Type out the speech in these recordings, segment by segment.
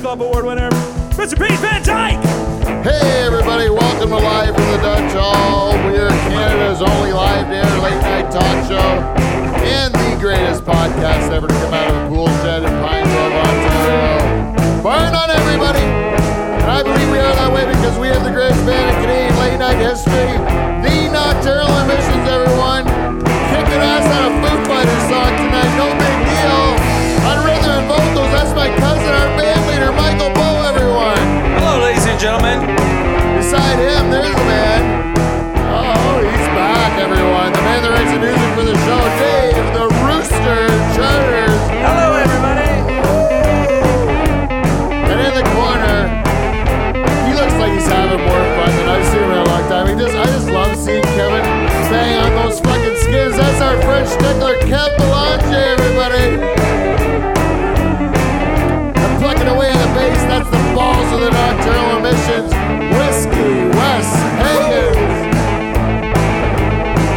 Club Award winner, Mr. Pete Van Dyke. Hey everybody, welcome to Live from the Dutch Hall. We are Canada's only live air late night talk show and the greatest podcast ever to come out of a pool shed in Pine Grove, Ontario. Burn on everybody! And I believe we are that way because we have the greatest band in Canadian late night history, the Nocturnal Emissions, everyone. Kicking ass on a Foo Fighters song tonight, no big deal. On rhythm and vocals, that's my cousin, our band leader, Michael Bow, everyone. Hello, ladies and gentlemen. Beside him, there's the man. Oh, he's back, everyone. The man that writes the music for the show, Dave the Rooster Charters. Hello, everybody. And in the corner, he looks like he's having more fun than I've seen him in a long time. He just, I just love seeing Kevin bang on those fucking skins. That's our French tickler, Kev Belange, everybody. I'm plucking away on the bass. That's the balls of the nocturnal emissions. Whiskey Wes Higgins.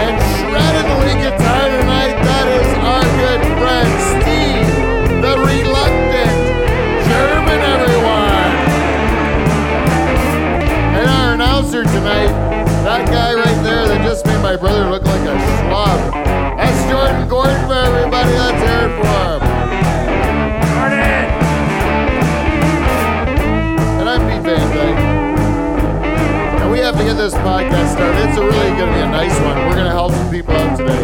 And shredded lead guitar tonight, that is our good friend Steve, the reluctant German, everyone. And our announcer tonight, that guy right there that just made my brother look like a schlub. That's Jordan Gordon for everybody that's here for him. Morning. And I'm Pete Van Dyke. And we have to get this podcast started. It's really going to be a nice one. We're going to help some people out today.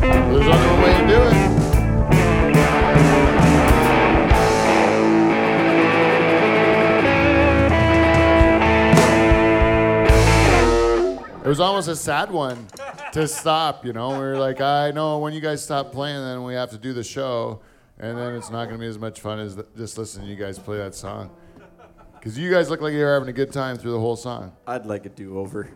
There's only one way to do it. It was almost a sad one to stop, you know. We were like, I know when you guys stop playing, then we have to do the show, and then it's not going to be as much fun as th- just listening to you guys play that song. Because you guys look like you're having a good time through the whole song. I'd like a do-over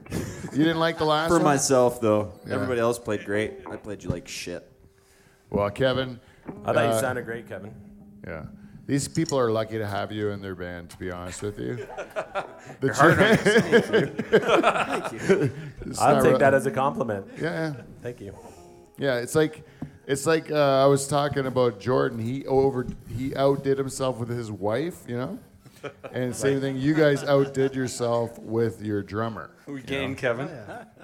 You didn't like the last for one? myself, though. Yeah. Everybody else played great. I played you like shit. Well, Kevin, I thought Uh, you sounded great, Kevin. yeah. These people are lucky to have you in their band, to be honest with you. The I'll not take real- that as a compliment. yeah, yeah. Thank you. Yeah, it's like it's like uh, I was talking about Jordan. He over he outdid himself with his wife, you know. And same thing, you guys outdid yourself with your drummer. We gained Kevin.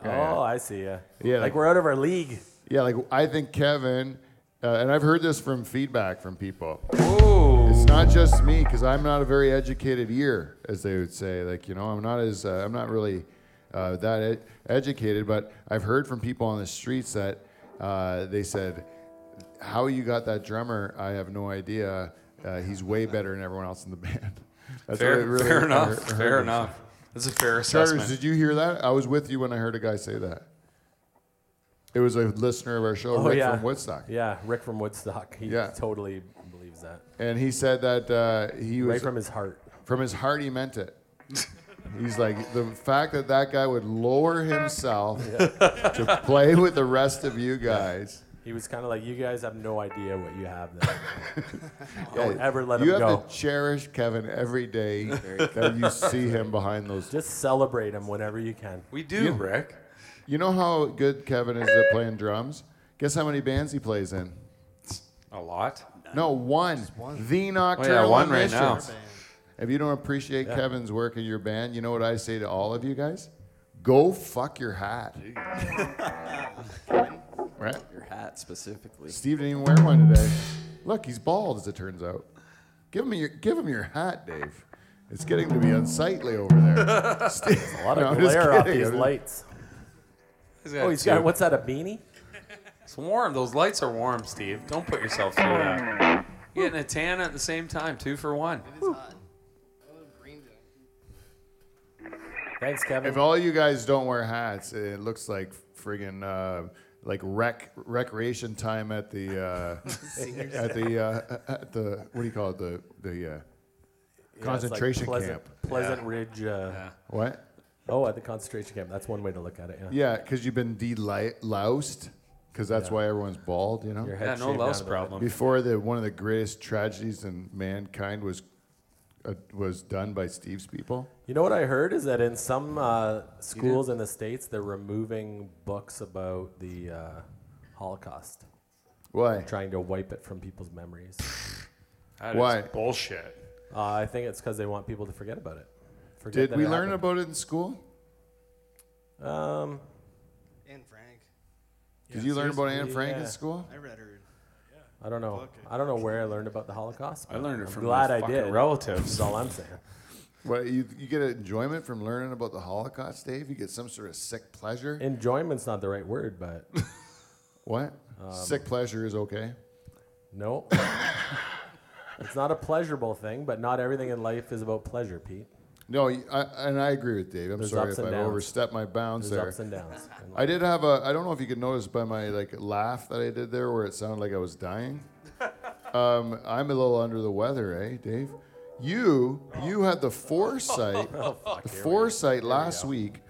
oh, I see ya. Yeah, like, like- we're out of our league. Yeah, like I think Kevin, uh, and I've heard this from feedback from people. Ooh. It's not just me because I'm not a very educated ear, as they would say. Like you know, I'm not as uh, I'm not really uh, that ed- educated, but I've heard from people on the streets that uh, they said, "How you got that drummer? I have no idea. Uh, he's way better than everyone else in the band." That's Fair, what I really fair heard- enough. heard fair from- enough. That's a fair Charters, assessment. did you hear that? I was with you when I heard a guy say that. It was a listener of our show, Oh Rick yeah, from Woodstock, Yeah, Rick from Woodstock. He Yeah. totally believes that and he said that uh, he was right from his heart. from his heart he meant it he's like the fact that that guy would lower himself to play with the rest of you guys He was kind of like, "You guys have no idea what you have." Now. Don't Yeah, ever let you him have go. to cherish kevin every day that you see him behind those Just celebrate him whenever you can. we do, Rick. you know how good kevin is at playing drums guess how many bands he plays in A lot. no one, one. the Oh, nocturnal yeah, one right Emissions. now. if you don't appreciate kevin's work in your band you know what i say to all of you guys go fuck your hat right Your hat specifically. Steve didn't even wear one today. Look, he's bald as it turns out. Give him your give him your hat, Dave. It's getting to be unsightly over there. Steve, A lot No, of I'm just glare off kidding. these I'm- lights. He's got Oh, he's two. got what's that? A beanie? It's warm. Those lights are warm, Steve. Don't put yourself through that. You're getting a tan at the same time. Two for one. Thanks, Kevin. if all you guys don't wear hats, it looks like friggin' uh, like rec recreation time at the uh, at the uh, at the what do you call it the the uh, Yeah, it's like concentration Pleasant, camp. Pleasant Ridge. Uh, What? Oh, at the concentration camp. That's one way to look at it. Yeah. Yeah, because you've been de-loused, because that's why everyone's bald, you know. Your head Yeah, no shaved down louse to the bottom. problem. Before the one of the greatest tragedies in mankind was uh, was done by Steve's people. You know what I heard is that in some uh, schools in the states, they're removing books about the uh, Holocaust, Why? trying to wipe it from people's memories. That Why? bullshit. Uh, I think it's because they want people to forget about it. Forget Did that we it learn happened. about it in school? Um, And Frank. Did you learn about Anne seriously, Frank yeah. in school? I read her. I don't know. Fuck it. I don't know where I learned about the Holocaust. I learned it am from glad my I fucking did. That's relatives. all I'm saying. What you, you get enjoyment from learning about the Holocaust, Dave? You get some sort of sick pleasure. Enjoyment's not the right word, but what? Um, sick pleasure is okay. no. it's not a pleasurable thing, but not everything in life is about pleasure, Pete. No, y- I- and I agree with Dave. I'm There's sorry ups if I've and downs. overstepped my bounds There's there. ups and downs. in I did have a. I don't know if you could notice by my like laugh that I did there, where it sounded like I was dying. um, I'm a little under the weather, eh, Dave? You you had the foresight, the foresight last week,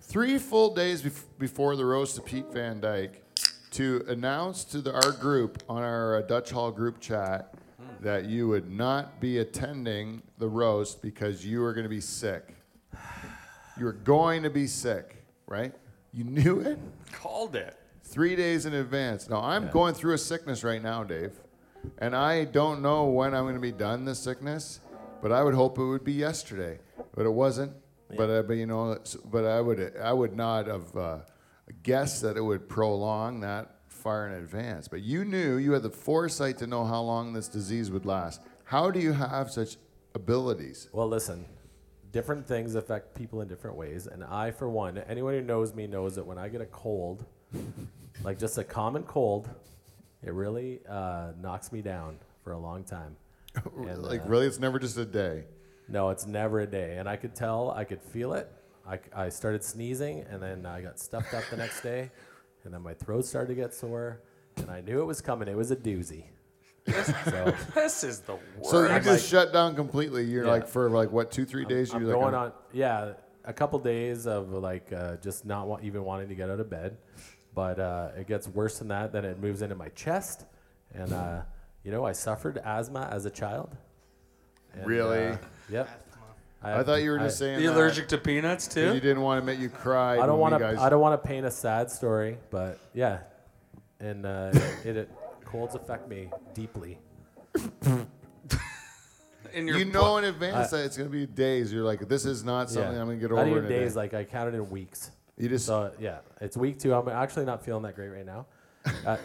three full days bef- before the roast to Pete Van Dyke, to announce to the, our group on our uh, Dutch Hall group chat that you would not be attending the roast because you were going to be sick. You were going to be sick, right? You knew it Called it. three days in advance. Now I'm going through a sickness right now, Dave, and I don't know when I'm going to be done this sickness, but I would hope it would be yesterday, but it wasn't. But uh, but you know, it's- but I would I would not have uh, guessed that it would prolong that far in advance. But you knew you had the foresight to know how long this disease would last. How do you have such abilities? Well, listen, different things affect people in different ways, and I, for one, anyone who knows me knows that when I get a cold, like just a common cold, it really uh, knocks me down for a long time. And, like uh, really, it's never just a day. No, it's never a day, and I could tell, I could feel it. I, I started sneezing, and then I got stuffed up the next day, and then my throat started to get sore, and I knew it was coming. It was a doozy. so This is the worst. So you just like- shut down completely. You're Yeah. like for like what two three days. I'm you're like, "Oh, going I'm- on, yeah, a couple days of like uh, just not wa- even wanting to get out of bed, but uh, it gets worse than that. Then it moves into my chest, and uh, you know I suffered asthma as a child. And, Really? uh, yep. Asthma. I thought you were I- just saying you that allergic to peanuts 'cause too? You didn't want to make you cry. I don't want want to. I don't want to paint a sad story, but yeah, and uh, it, it colds affect me deeply. And your You know in advance that it's gonna be days. You're like, this is not something yeah. I'm gonna get Not over. even in a days. day. Like I counted in weeks. you just So yeah, it's week two. I'm actually not feeling that great right now. Uh,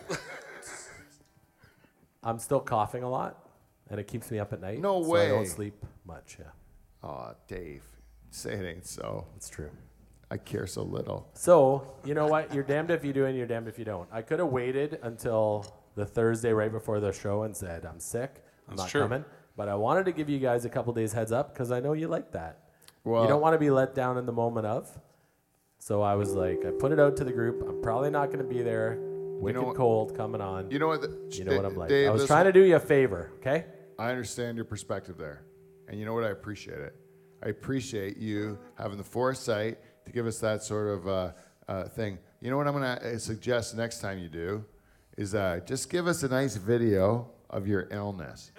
I'm still coughing a lot, and it keeps me up at night. No So I way. don't sleep much. Yeah, oh Dave, say it ain't so. it's true. I care so little. So you know what? You're damned if you do, and you're damned if you don't. I could have waited until the Thursday right before the show and said I'm sick. I'm That's not true. coming. But I wanted to give you guys a couple days heads up because I know you like that. Well- you don't want to be let down in the moment of. So I was like, I put it out to the group. I'm probably not going to be there. Wicked know what- cold coming on. You know what? The, You know what I'm like. Dave, I was listen, trying to do you a favor, okay? I understand your perspective there, and you know what? I appreciate it. I appreciate you having the foresight to give us that sort of uh, uh, thing. You know what I'm gonna uh, suggest next time you do is uh, just give us a nice video of your illness.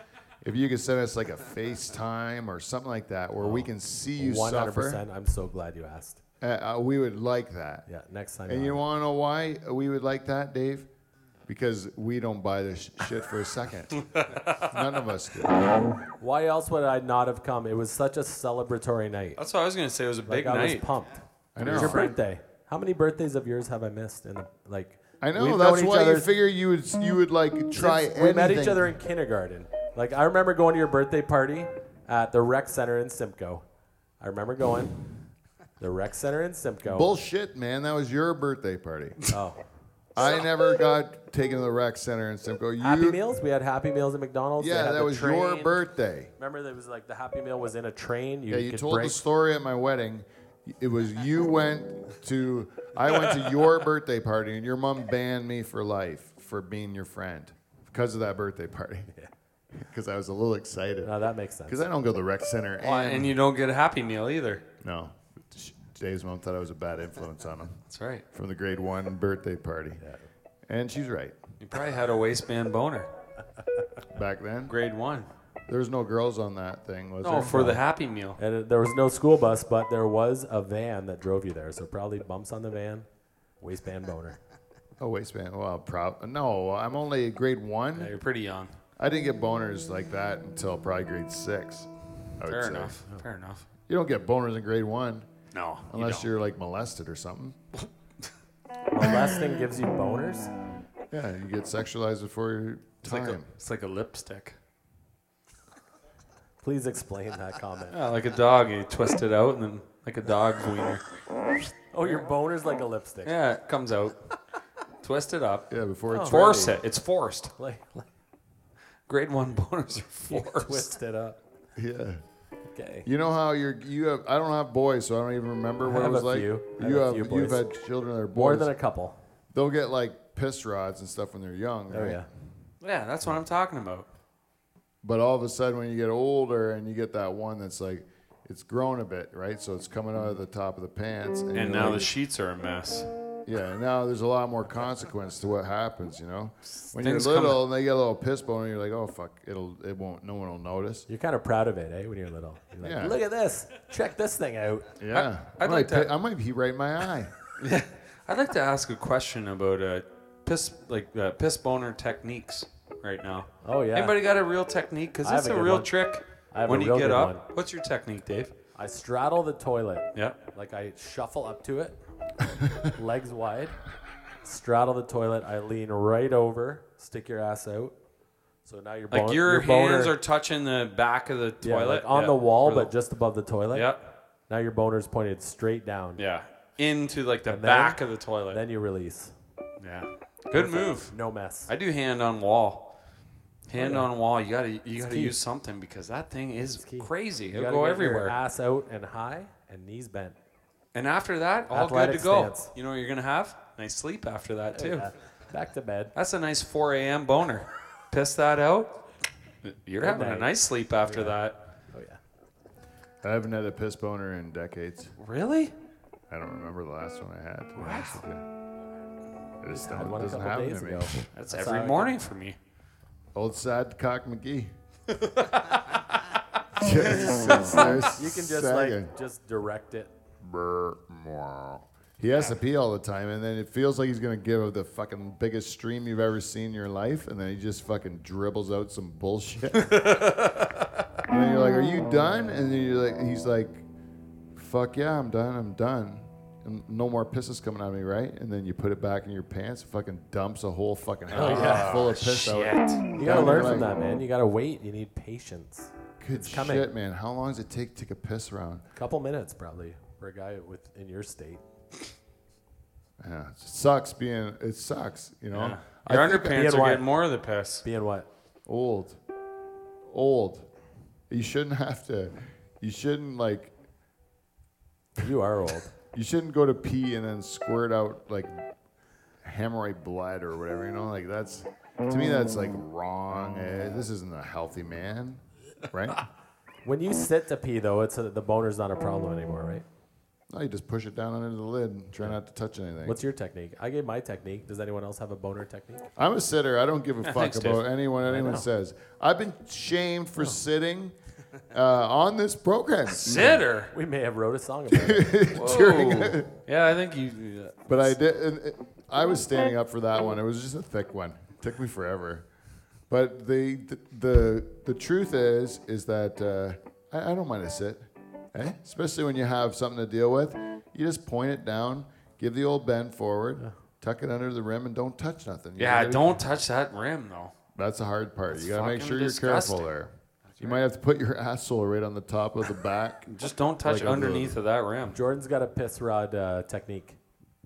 If you could send us like a FaceTime or something like that, where we can see you Oh, One hundred suffer, percent. I'm so glad you asked. uh, uh, we would like that. Yeah, next time. And I'll- you want to know why we would like that, Dave? Because we don't buy this sh- shit for a second. None of us do. Why else would I not have come? It was such a celebratory night. That's what I was gonna say. It was a like, big I was night. pumped. I It was know. your birthday. How many birthdays of yours have I missed? And like, I know. we've known that's each why other you figure you would you would like try since anything. We met each other in kindergarten. Like, I remember going to your birthday party at the rec center in Simcoe. I remember going. The rec center in Simcoe. Bullshit, man. That was your birthday party. Oh. I never got taken to the rec center in Simcoe. You, Happy meals. We had Happy Meals at McDonald's. They Yeah, had that the was your train. birthday. Remember, there was like the Happy Meal was in a train. You Yeah, you could told break. the story at my wedding. It was you went to I went to your birthday party and your mom banned me for life for being your friend because of that birthday party. Because I was a little excited. No, that makes sense. Because I don't go to the rec center. And, Well, and you don't get a happy meal either. no, Sh- Dave's mom thought I was a bad influence on him That's right. from the grade one birthday party, and she's right. You probably had a waistband boner. Back then, Grade one. there was no girls on that thing, was Oh, No, there? for the happy meal. And it- there was no school bus, but there was a van that drove you there. So probably bumps on the van, waistband boner. oh, waistband. Well, prob- no, I'm only grade one. Yeah, you're pretty young. I didn't get boners like that until probably grade six. I would Fair say. enough. Fair enough. You don't get boners in grade one No. unless you you're Oh. like molested or something. Molesting gives you boners? Yeah, you get sexualized before your It's like, a, time. it's like a lipstick. Please explain that comment. Yeah, like a dog. You twist it out and then like a dog's wiener. Oh, your boner's like a lipstick. Yeah, it comes out. twist it up. yeah, Oh. before it's Force it. It's forced. Like, like Grade one boners are you forced. twist it up. ready. Yeah. Okay. You know how you're you have I don't have boys, so I don't even remember what have it was a like. few. I You have have, a few you've boys. had children that are boys. More than a couple. They'll get like piss rods and stuff when they're young. Oh, right? yeah. Yeah, that's what I'm talking about. But all of a sudden, when you get older and you get that one that's like, it's grown a bit, right? So it's coming out of the top of the pants. And, you're And now the like- sheets are a mess. yeah, now there's a lot more consequence to what happens, you know. When Things you're come- little and they get a little piss bone, you're like, oh fuck, it'll, it won't, no one will notice. You're kind of proud of it, eh, when you're little. You're like, Yeah. look at this. Check this thing out. Yeah, I- I'd might like to- pi- I might pee right in my eye. I'd like to ask a question about uh, piss like uh, piss boner techniques right now. Oh, yeah. Anybody got a real technique? Because I have that's a a, good real one. trick. I have a when real you get good up, one. what's your technique, Dave? I straddle the toilet. Yeah. Like I shuffle up to it, legs wide, straddle the toilet. I lean right over, stick your ass out. So now your Like bon- your, boner- hands are touching the back of the yeah, toilet like on Yeah. the wall, Or the- but just above the toilet. yeah, Now your boner's pointed straight down. yeah, into like the And then- back of the toilet. Then you release. yeah, good move. No mess. I do hand on wall. Hand on wall. You gotta you gotta Oh, key. use something because that thing is key. crazy. You It'll gotta go get everywhere. Your ass out and high and knees bent. and after that, all good Athletic to go. stance. You know what you're gonna have? Nice sleep after that too. Yeah. Back to bed. That's a nice 4 a.m. boner. Piss that out. You're having a night. nice sleep after that. Oh yeah. I haven't had a piss boner in decades. Really? I don't remember the last one I had. To be honest with you. It just Had don't, one a doesn't couple happen days to me. ago. That's, That's how every I morning for me. Old sad cock McGee. You can just like just direct it. He has to pee all the time, and then it feels like he's gonna give the fucking biggest stream you've ever seen in your life, and then he just fucking dribbles out some bullshit. and then you're like, "Are you done?" And then you're like, "He's like, fuck yeah, I'm done. I'm done." And no more pisses coming out of me, right? And then you put it back in your pants, fucking dumps a whole fucking house full of piss out. You gotta Yeah, learn you're like- from that, man. You gotta wait. You need patience. Good coming. shit, man. How long does it take to take a piss round? Couple minutes probably for a guy with in your state. Yeah, it sucks being. It sucks, you know. Yeah. I Your think underpants being are white. getting more of the piss. Being what? old, old. You shouldn't have to. You shouldn't like. You are old. You shouldn't go to pee and then squirt out like hemorrhoid blood or whatever. You know, like that's to me that's like wrong. Eh, this isn't a healthy man, right? When you sit to pee though, it's a, the boner's not a problem anymore, right? no, you just push it down under the lid and try not to touch anything. What's your technique? I gave my technique. Does anyone else have a boner technique? I'm a sitter. I don't give a fuck Thanks, Dave. Oh. about anyone anyone says. I've been shamed for sitting uh, on this program. Sitter. We may have wrote a song about it. Whoa. yeah, I think you. But I did. And it, I was standing up for that one. It was just a thick one. took me forever. But the the the, the truth is is that uh, I, I don't mind a sit, eh? especially when you have something to deal with. You just point it down, give the old bend forward, tuck it under the rim, and don't touch nothing. You Yeah, gotta- don't touch that rim though. That's the hard part. you gotta make fucking sure you're disgusting. careful there. You might have to put your asshole right on the top of the back. Just don't touch Like a underneath of that rim. Jordan's got a piss rod uh, technique.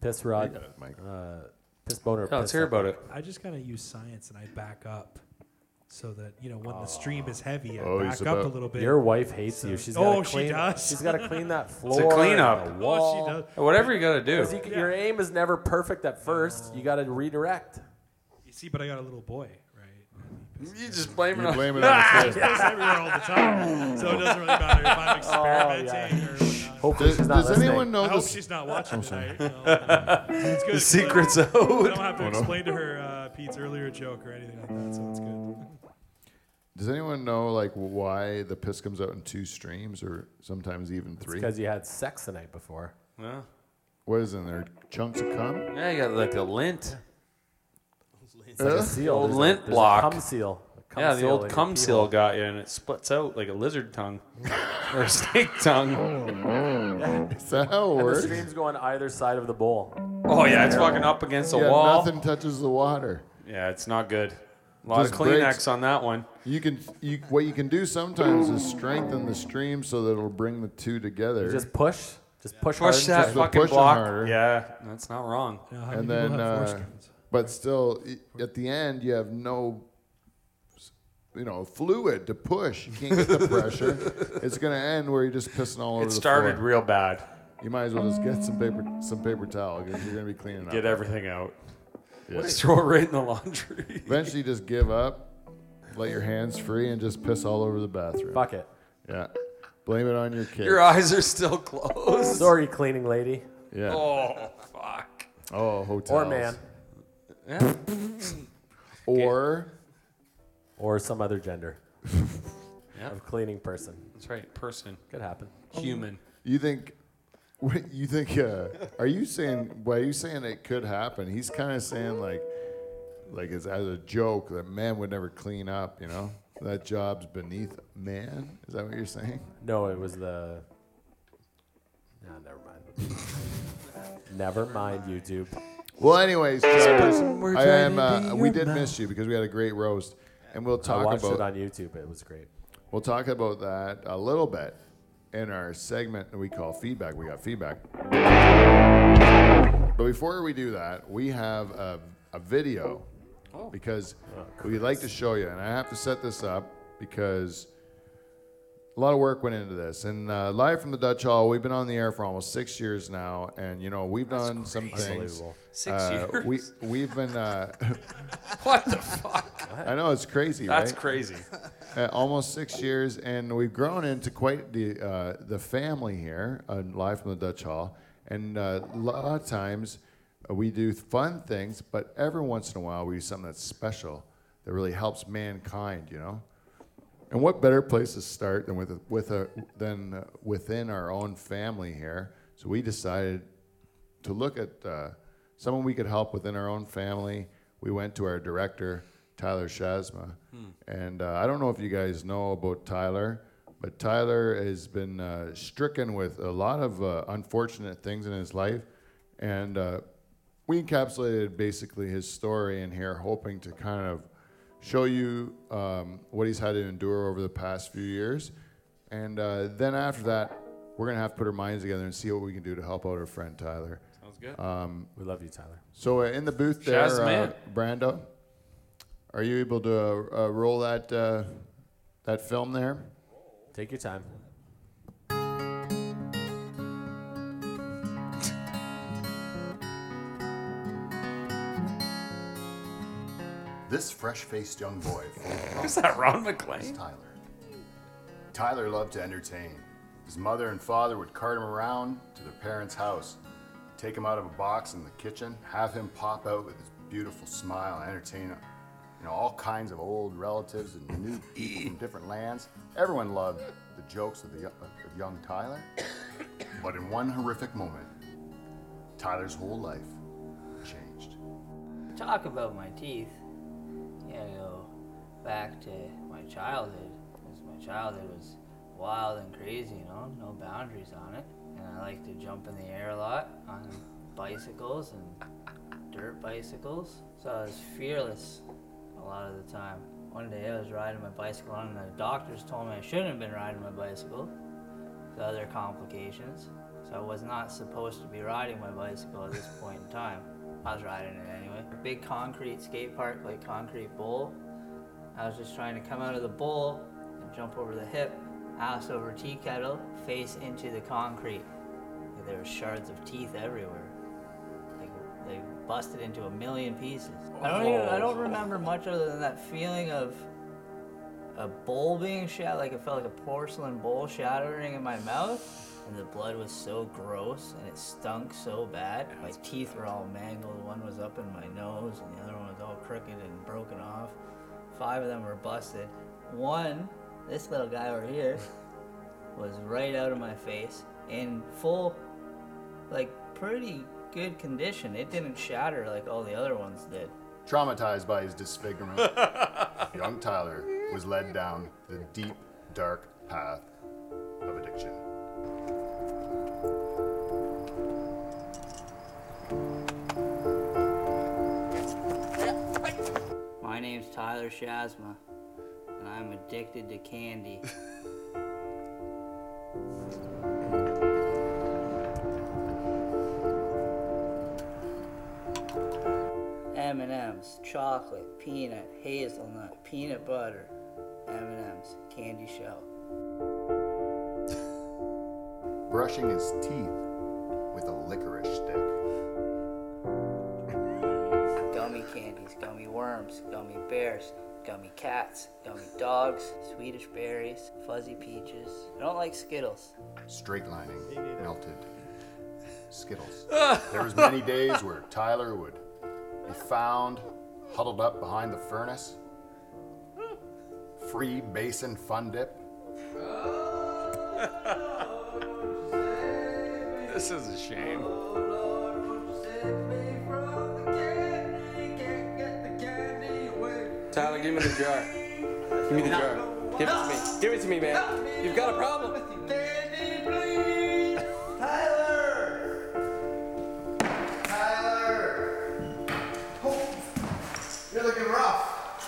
Piss You rod, got it, Mike. uh, piss boner. Yeah, let's piss hear about it. I just kind of use science and I back up so that, you know, when the stream is heavy, I Oh, he's back up a about- little bit. Your wife hates you. So- She's got Oh, to she clean. does. She's got to clean that floor. a cleanup. and the oh, wall. she does. Whatever you gotta do. 'Cause you can- Your aim is never perfect at first. You got to redirect. You see, but I got a little boy, right? You just blame it You on. blame it on the fist. It's everywhere all the time. So it doesn't really matter if I'm Oh, experimenting or whatnot. Hopefully, Does, she's not does listening. anyone know I hope this? she's not watching tonight. you know. It's good. The secret's I don't out. have to explain to her uh, Pete's earlier joke or anything like that, so it's good. Does anyone know like why the piss comes out in two streams or sometimes even three? Because you had sex the night before. Yeah. What is in there? Chunks of cum? Yeah, you got like a lint. It's like Huh? a seal. Old Oh, There's a- lint there's a block. cum seal. A cum Yeah, the seal old in your cum pee seal hole. got you, and it splits out like a lizard tongue or a snake tongue. Is that how it And the works? streams go on either side of the bowl. Oh yeah, it's fucking up against the Yeah, wall. nothing touches the water. Yeah, it's not good. A lot Just of Kleenex breaks. on that one. You can you what you can do sometimes is strengthen the stream so that it'll bring the two together. You just push, just push, hard. Push and that just- the fucking pushing block. harder. Yeah, that's not wrong. You know, how and many people then have uh, foreskins? but still i- at the end you have no you know fluid to push you can't get the pressure it's going to end where you're just pissing all over It the started floor. real bad. you might as well just get some paper some paper towel because you're going to be cleaning Get up everything out. Let's throw it right in the laundry. eventually just give up let your hands free and just piss all over the bathroom Fuck it. yeah blame it on your kid Your eyes are still closed. Sorry, cleaning lady yeah oh, Oh fuck. hotels or man Yeah. or or some other gender Yeah. of cleaning person. That's right. Person. Could happen. Human. You think? What you think? Uh, are you saying? Why are you saying it could happen? He's kind of saying like, like it's as a joke that man would never clean up. You know, that job's beneath man. Is that what you're saying? No, it was the. Nah, never mind. never mind, YouTube. Well, anyways, Travis, words I right am. into Uh, we your did mouth. miss you because we had a great roast, and we'll I talk watched about it on YouTube. It was great. We'll talk about that a little bit in our segment that we call feedback. We got feedback. But before we do that, we have a, a video because we'd like to show you. And I have to set this up because a lot of work went into this. And uh, live from the Dutch Hall, we've been on the air for almost six years now. And, you know, we've done some things. Unbelievable. Six Uh, years. we, we've been, uh, what the fuck? I know it's crazy, That's right? crazy. uh, almost six years, and we've grown into quite the uh, the family here, uh, live from the Dutch Hall. And uh, a lot of times uh, we do fun things, but every once in a while we do something that's special that really helps mankind, you know. And what better place to start than with with a than uh, within our own family here? So we decided to look at uh, someone we could help within our own family. We went to our director, Tyler Shazma, and uh, I don't know if you guys know about Tyler, but Tyler has been uh, stricken with a lot of uh, unfortunate things in his life, and uh, we encapsulated basically his story in here, hoping to kind of show you um, what he's had to endure over the past few years. And uh, then after that, we're going to have to put our minds together and see what we can do to help out our friend Tyler. Sounds good. We love you, Tyler. So uh, in the booth there, Shaz uh, man. Brando, are you able to uh, uh, roll that, uh, that film there? Take your time. This fresh faced young boy Is that Ron McLean? Tyler. Tyler loved to entertain. His mother and father would cart him around to their parents' house, take him out of a box in the kitchen, have him pop out with his beautiful smile, and entertain him. You know, all kinds of old relatives and new people from different lands. Everyone loved the jokes of, the, yo- of young Tyler. But in one horrific moment, Tyler's whole life changed. talk about my teeth, you gotta go back to my childhood. Because my childhood was wild and crazy, you know, no boundaries on it. And I like to jump in the air a lot on bicycles and dirt bicycles. So I was fearless a lot of the time. One day I was riding my bicycle and the doctors told me I shouldn't have been riding my bicycle. The other complications. So I was not supposed to be riding my bicycle at this point in time. I was riding it anyway. Big concrete skate park, like concrete bowl. I was just trying to come out of the bowl and jump over the hip, ass over tea kettle, face into the concrete. There were shards of teeth everywhere. Like they busted into a million pieces. I don't even, I don't remember much other than that feeling of a bowl being shattered, like it felt like a porcelain bowl shattering in my mouth. And the blood was so gross and it stunk so bad. My teeth were all mangled. One was up in my nose and the other one was all crooked and broken off. Five of them were busted. One, this little guy over here, was right out of my face in full, like, pretty good condition. It didn't shatter like all the other ones did. Traumatized by his disfigurement, young Tyler was led down the deep, dark path of addiction. My name's Tyler Shazma, and I'm addicted to candy. M&M's, chocolate, peanut, hazelnut, peanut butter, M&M's, candy shell. Brushing his teeth with a licorice stick. gummy candies, gummy worms, gummy bears, gummy cats, gummy dogs, Swedish berries, fuzzy peaches. I don't like Skittles. Straight lining melted Skittles. There was many days where Tyler would be found huddled up behind the furnace. Free basin fun dip. This is a shame. Tyler, give me the jar. Give me the jar. Give it to me. Give it to me, man. You've got a problem. You're looking rough.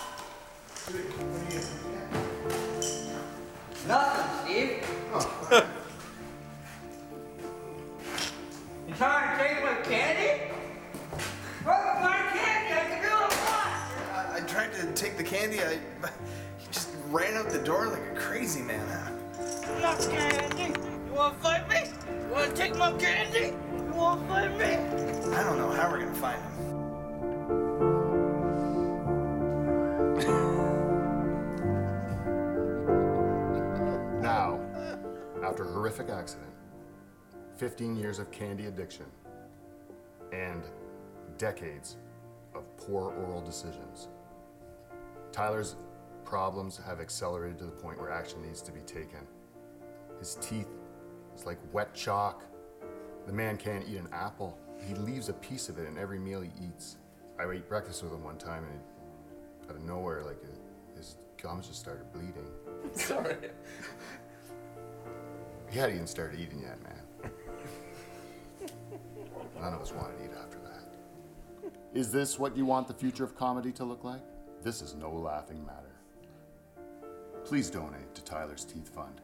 Nothing, Steve. you trying to take my candy? Where's my candy? I can do what I I, want. I tried to take the candy. I he just ran out the door like a crazy man. You want candy? You want to fight me? You want to take my candy? You want to fight me? I don't know how we're gonna find him. Now, after a horrific accident, 15 years of candy addiction, and decades of poor oral decisions, Tyler's problems have accelerated to the point where action needs to be taken. His teeth is like wet chalk. The man can't eat an apple. He leaves a piece of it in every meal he eats. I ate breakfast with him one time, and out of nowhere, like his gums just started bleeding. Sorry. He hadn't even started eating yet, man. None of us wanted to eat after that. Is this what you want the future of comedy to look like? This is no laughing matter. Please donate to Tyler's Teeth Fund.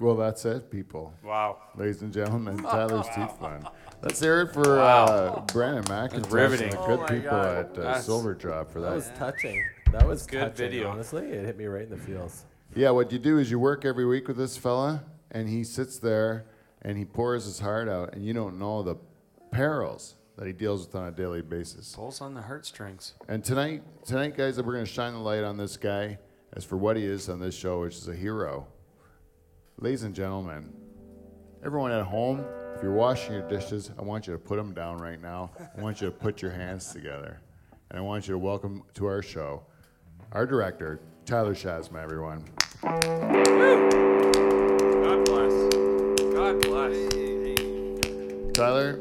Well, that's it, people. Wow. Ladies and gentlemen, Tyler's Teeth Fund. Let's hear it for uh, Brandon McIntosh riveting. and the Oh good my people God. at uh, That's- Silver Drop for that. That was touching. That was good touching, video. Honestly, it hit me right in the feels. Yeah, what you do is you work every week with this fella, and he sits there and he pours his heart out, and you don't know the perils that he deals with on a daily basis. Pulls on the heartstrings. And tonight, tonight, guys, we're gonna shine the light on this guy as for what he is on this show, which is a hero. Ladies and gentlemen, everyone at home, if you're washing your dishes, I want you to put them down right now. I want you to put your hands together, and I want you to welcome to our show our director, Tyler Shazma, everyone. God bless. God bless. Tyler,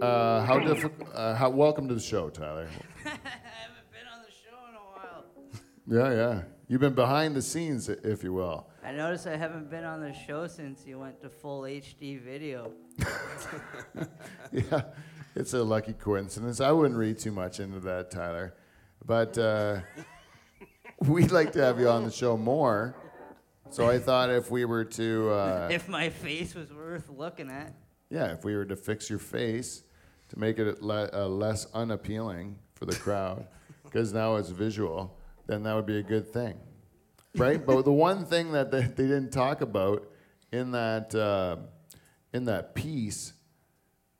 uh, how difficult? Uh, how welcome to the show, Tyler. I haven't been on the show in a while. Yeah, yeah. You've been behind the scenes, i- if you will. I notice I haven't been on the show since you went to full HD video. Yeah, it's a lucky coincidence. I wouldn't read too much into that, Tyler, but uh, we'd like to have you on the show more. So I thought if we were to, uh, If my face was worth looking at. yeah, if we were to fix your face to make it le- uh, less unappealing for the crowd, because now it's visual, then that would be a good thing. right? but the one thing that they, they didn't talk about in that uh, in that piece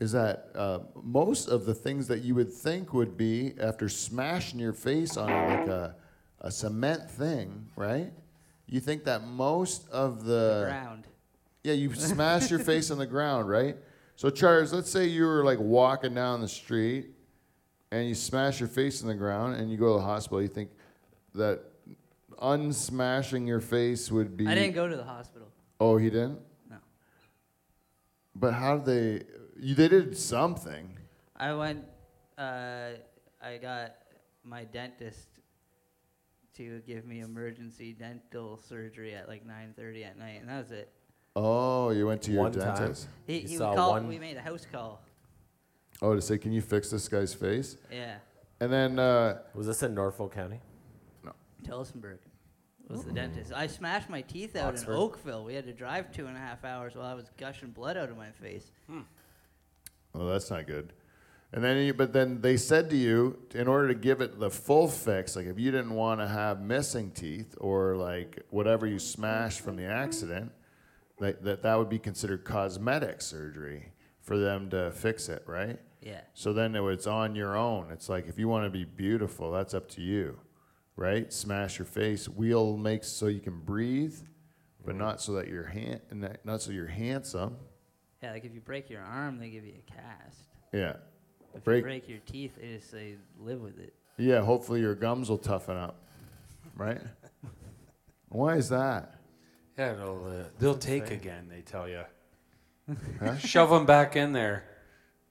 is that uh, most of the things that you would think would be after smashing your face on like a, a cement thing, right? You think that most of Uh, the, Ground. yeah, you smash your face on the ground, right? So Charles, let's say you were like walking down the street and you smash your face on the ground and you go to the hospital, you think that unsmashing your face would be I didn't go to the hospital. Oh, he didn't? No. But how did they you, they did something. I went. Uh, I got my dentist to give me emergency dental surgery at like 9:30 at night, and that was it. Oh, you went to your One time. dentist. He, You he saw would call. one- We made a house call. Oh, to say, can you fix this guy's face? Yeah, And then, uh, Was this in Norfolk County? Tellsonburg was the dentist. I smashed my teeth out Oxford. in Oakville. We had to drive two and a half hours while I was gushing blood out of my face. oh, that's not good. And then, you, but then they said to you, in order to give it the full fix, like if you didn't want to have missing teeth or like whatever you smashed from the accident, that, that that would be considered cosmetic surgery for them to fix it, right? Yeah. So then it- it's on your own. It's like if you want to be beautiful, that's up to you, right? Smash your face. We'll make so you can breathe, but not so that you're hand, not- not so you're handsome. Yeah, like if you break your arm, they give you a cast. Yeah. If Break- you break your teeth, they just say live with it. Yeah. Hopefully your gums will toughen up, right? Why is that? Yeah, it'll, uh, they'll take again, they tell you. Shove them back in there.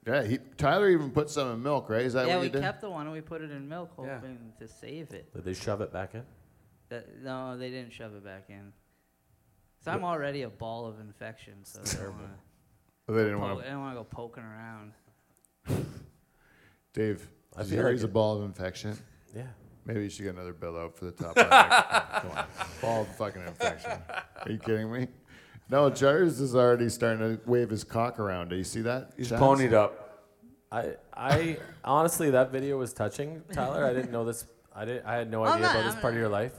Yeah. He, Tyler even put some in milk, right? Is that yeah, what we you did? kept the one and we put it in milk, Yeah. hoping to save it. Did they shove it back in? That, no, they didn't shove it back in. So I'm already a ball of infection, so I don't wanna Oh, they didn't poke- want I to. don't want to go poking around. Dave, I feel Jerry's like a it- ball of infection. Yeah. Maybe you should get another bill out for the top. Come on, bald fucking infection. Are you kidding me? No, Jars is already starting to wave his cock around. Do you see that? He's Chaz? ponied up. I I honestly that video was touching, Tyler. I didn't know this. I didn't. I had no idea not- about this I'm part of your life,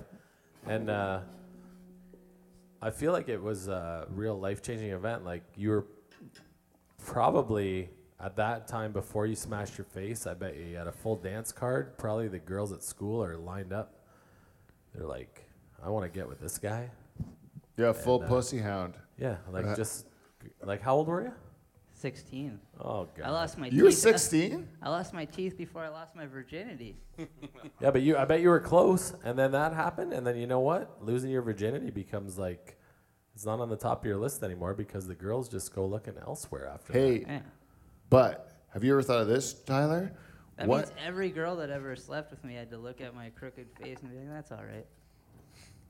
and uh, I feel like it was a real life changing event. Like you were probably at that time before you smashed your face. I bet you had a full dance card. Probably the girls at school are lined up. They're like, I want to get with this guy. Yeah, full pussy hound. Yeah, like Uh, just like how old were you? 16. Oh god. I lost my You were teeth. 16? I lost my teeth before I lost my virginity. Yeah, but you I bet you were close and then that happened and then you know what? Losing your virginity becomes like it's not on the top of your list anymore because the girls just go looking elsewhere after Hey, Yeah. but have you ever thought of this, Tyler? That what? means every girl that ever slept with me had to look at my crooked face and be like, "That's all right."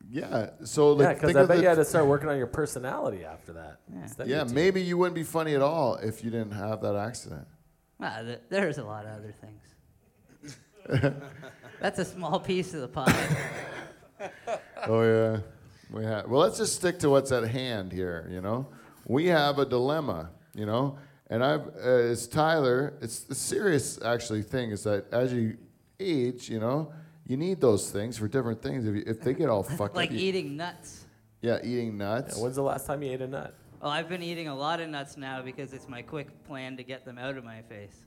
yeah. So that. Yeah, like, because think I of bet the- you had to start working on your personality after that. Instead of yeah, your teeth. maybe you wouldn't be funny at all if you didn't have that accident. Well, Ah, th- there's a lot of other things. That's a small piece of the pie. Oh yeah, we have. Well, let's just stick to what's at hand here. You know, we have a dilemma. You know, and I've uh, it's Tyler. It's the serious actually thing is that as you age, you know, you need those things for different things. If you, if they get all fucked like up, you- eating nuts. yeah, eating nuts. Yeah, when's the last time you ate a nut? Oh, I've been eating a lot of nuts now because it's my quick plan to get them out of my face.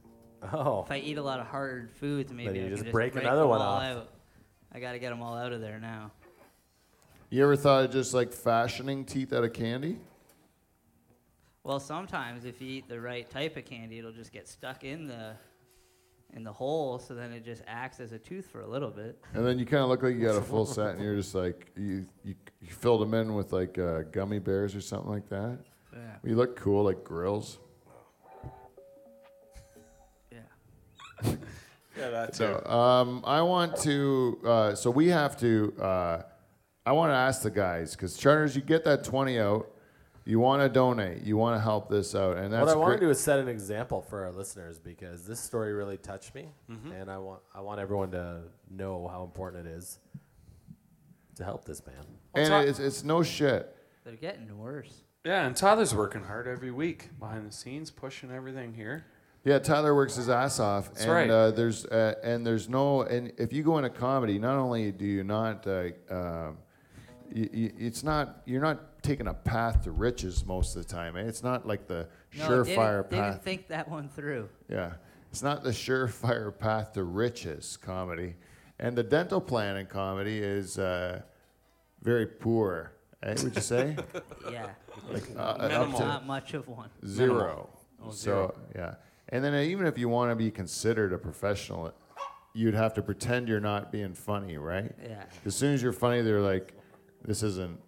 Oh. If I eat a lot of hard foods, maybe you I can just just break another them one all off. Out. I got to get them all out of there now. you ever thought of just like fashioning teeth out of candy? Well, sometimes if you eat the right type of candy, it'll just get stuck in the in the hole, so then it just acts as a tooth for a little bit. And then you kind of look like you got a full set, and you're just like you you, you filled them in with like uh, gummy bears or something like that. Yeah. You look cool like grills. Yeah. So um, I want to. Uh, so we have to. Uh, I want to ask the guys because charters, you get that twenty out. You want to donate. You want to help this out, and that's what I want great. to do is set an example for our listeners because this story really touched me, and I want I want everyone to know how important it is to help this man. And Well, Ty- it's, it's no shit. They're getting worse. Yeah, and Tyler's working hard every week behind the scenes, pushing everything here. Yeah, Tyler works his ass off, and right. uh, there's uh, and there's no and if you go into comedy, not only do you not, uh, um, y- y- it's not you're not taking a path to riches most of the time. eh? It's not like the no, didn't, surefire didn't path. think that one through. Yeah. It's not the surefire path to riches comedy. And the dental plan in comedy is uh, very poor, eh, would you say? Yeah. Uh, up Minimal. Oh, to Not much of one. zero. So, yeah. And then uh, even if you want to be considered a professional, you'd have to pretend you're not being funny, right? Yeah. As soon as you're funny, they're like, this isn't,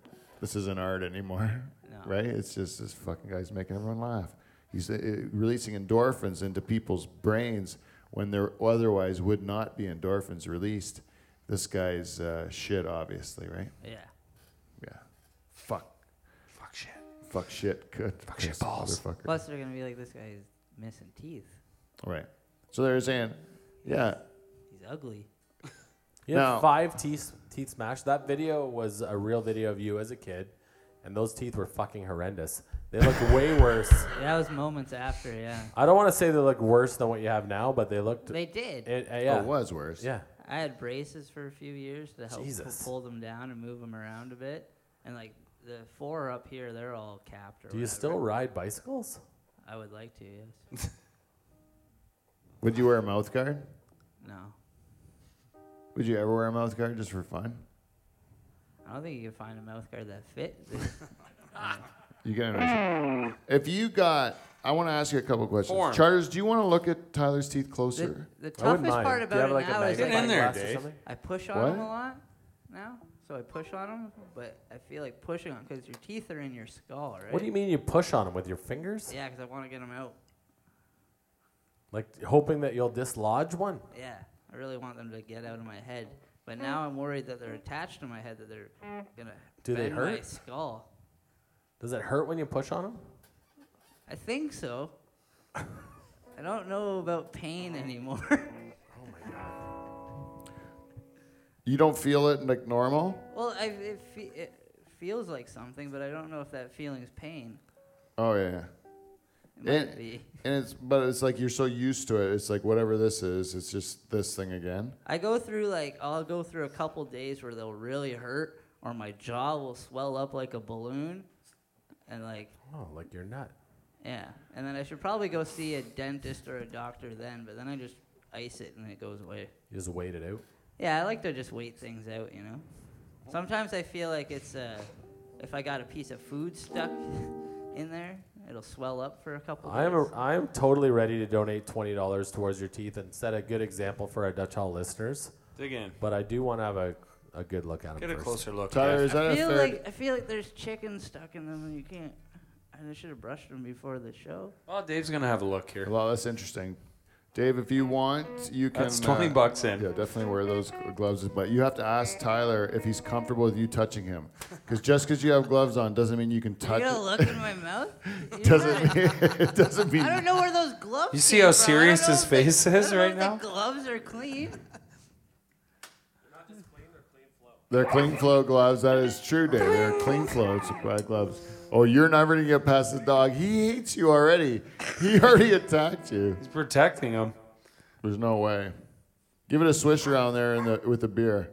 this isn't art anymore, No. right? It's just this fucking guy's making everyone laugh. He's uh, releasing endorphins into people's brains, when there otherwise would not be endorphins released. This guy's uh, shit, obviously, right? Yeah. Yeah. Fuck. Fuck shit. Fuck shit. Good. Fuck shit balls. Plus, they're gonna be like, this guy's missing teeth. Right. So they're saying, yeah, He's ugly. You had Now- five teeth teeth smashed. That video was a real video of you as a kid, and those teeth were fucking horrendous. They look way worse. That was moments after, yeah. I don't want to say they look worse than what you have now, but they looked. They did. it, uh, yeah. it was worse. Yeah. I had braces for a few years to help pu- Jesus. pull them down and move them around a bit. And like the four up here, they're all capped. Or Do you whatever. still ride bicycles? I would like to, yes. Would you wear a mouth guard? No. Would you ever wear a mouth guard just for fun? I don't think you can find a mouth guard that fits. You can. Hmm. imagine. If you got, I want to ask you a couple questions. Form. Charters, do you want to look at Tyler's teeth the, closer? I the wouldn't toughest mind. part Do you about have, it like, a now is Get like, magnifying in there, glass or Dave. something? I push on them What? a lot now, so I push on them, but I feel like pushing on because your teeth are in your skull, right? What do you mean you push on them with your fingers? Yeah, because I want to get them out. Like hoping that you'll dislodge one? Yeah, I really want them to get out of my head, but now I'm worried that they're attached to my head, that they're gonna Do they bend my hurt? skull. Does it hurt when you push on them? I think so. I don't know about pain anymore. You don't feel it like normal? well, I, it, fe- it feels like something, but I don't know if that feeling's pain. Oh yeah. It might Eh. be. And it's but it's like you're so used to it. It's like whatever this is, it's just this thing again. I go through like I'll go through a couple days where they'll really hurt, or my jaw will swell up like a balloon, and like Oh, like you're nut. yeah, and then I should probably go see a dentist or a doctor then, but then I just ice it and it goes away. You just wait it out. Yeah, I like to just wait things out, you know. Sometimes I feel like it's uh, if I got a piece of food stuck in there, it'll swell up for a couple. I am days. a, I am totally ready to donate twenty dollars towards your teeth and set a good example for our Dutch Hall listeners. Dig in. But I do want to have a, a good look at them. Get a first. closer look. Tyler, Jeff. is that I a feel third? like I feel like there's chicken stuck in them and you can't. I should have brushed them before the show. Well, Dave's gonna have a look here. well, that's interesting. Dave, if you want, you can. uh, That's 20 bucks in. Yeah, definitely wear those gloves. But you have to ask Tyler if he's comfortable with you touching him, because just because you have gloves on doesn't mean you can You touch. got to look in my mouth? You're Doesn't not. mean, it doesn't mean I don't know where those gloves. You see came how from. I don't serious know his if the- face I don't is know right if now? The gloves are clean. They're clean flow gloves. That is true, Dave. They're clean flow supply gloves. Oh, you're never gonna get past the dog. He hates you already. He already attacked you. He's protecting him. There's no way. Give it a swish around there in the with the beer.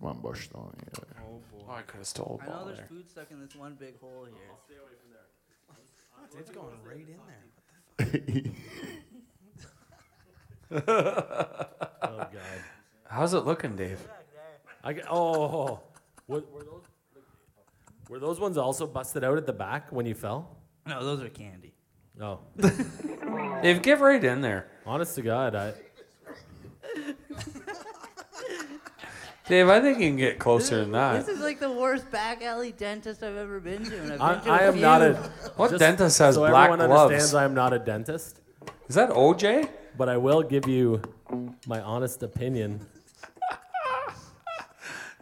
Come on, Bush. Don't. yeah. Oh, I could have stole a I know ball there's there. food stuck in this one big hole here. It's going right in there. Oh god. How's it looking, Dave? I g- oh. Were, were those were those ones also busted out at the back when you fell? No, those are candy. No. Dave, get right in there. Honest to God, I Dave, I think you can get closer than that. This is like the worst back alley dentist I've ever been to. And I've I, been to a I am not few. a What just dentist has so black everyone gloves? understands I am not a dentist, Is that OJ? but I will give you my honest opinion.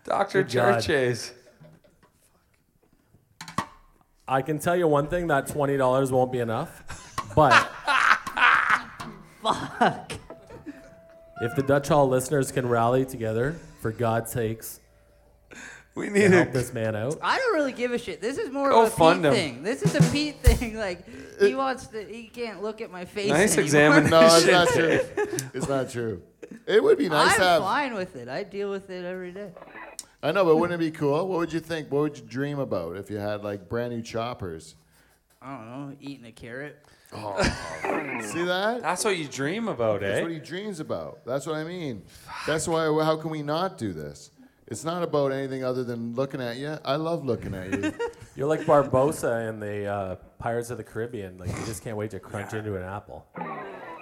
Dr. Good God. Charches. I can tell you one thing that twenty dollars won't be enough, but Fuck. if the Dutch Hall listeners can rally together, for God's sakes, We to need help a this man out. I don't really give a shit. This is more Go of a fund Pete him. Uh, thing. This is a Pete thing. Like he wants to. He can't look at my face. nice anymore. examination. No, it's not true. It's not true. It would be nice I'm to have. fine with it. I deal with it every day. I know, but wouldn't it be cool? What would you think? What would you dream about if you had like brand new choppers? I don't know. Eating a carrot. See that? That's what you dream about, That's what eh? he dreams about. That's what I mean. That's why. How can we not do this? It's not about anything other than looking at you. I love looking at you. You're like Barbosa in the uh, Pirates of the Caribbean. Like you just can't wait to crunch into an apple.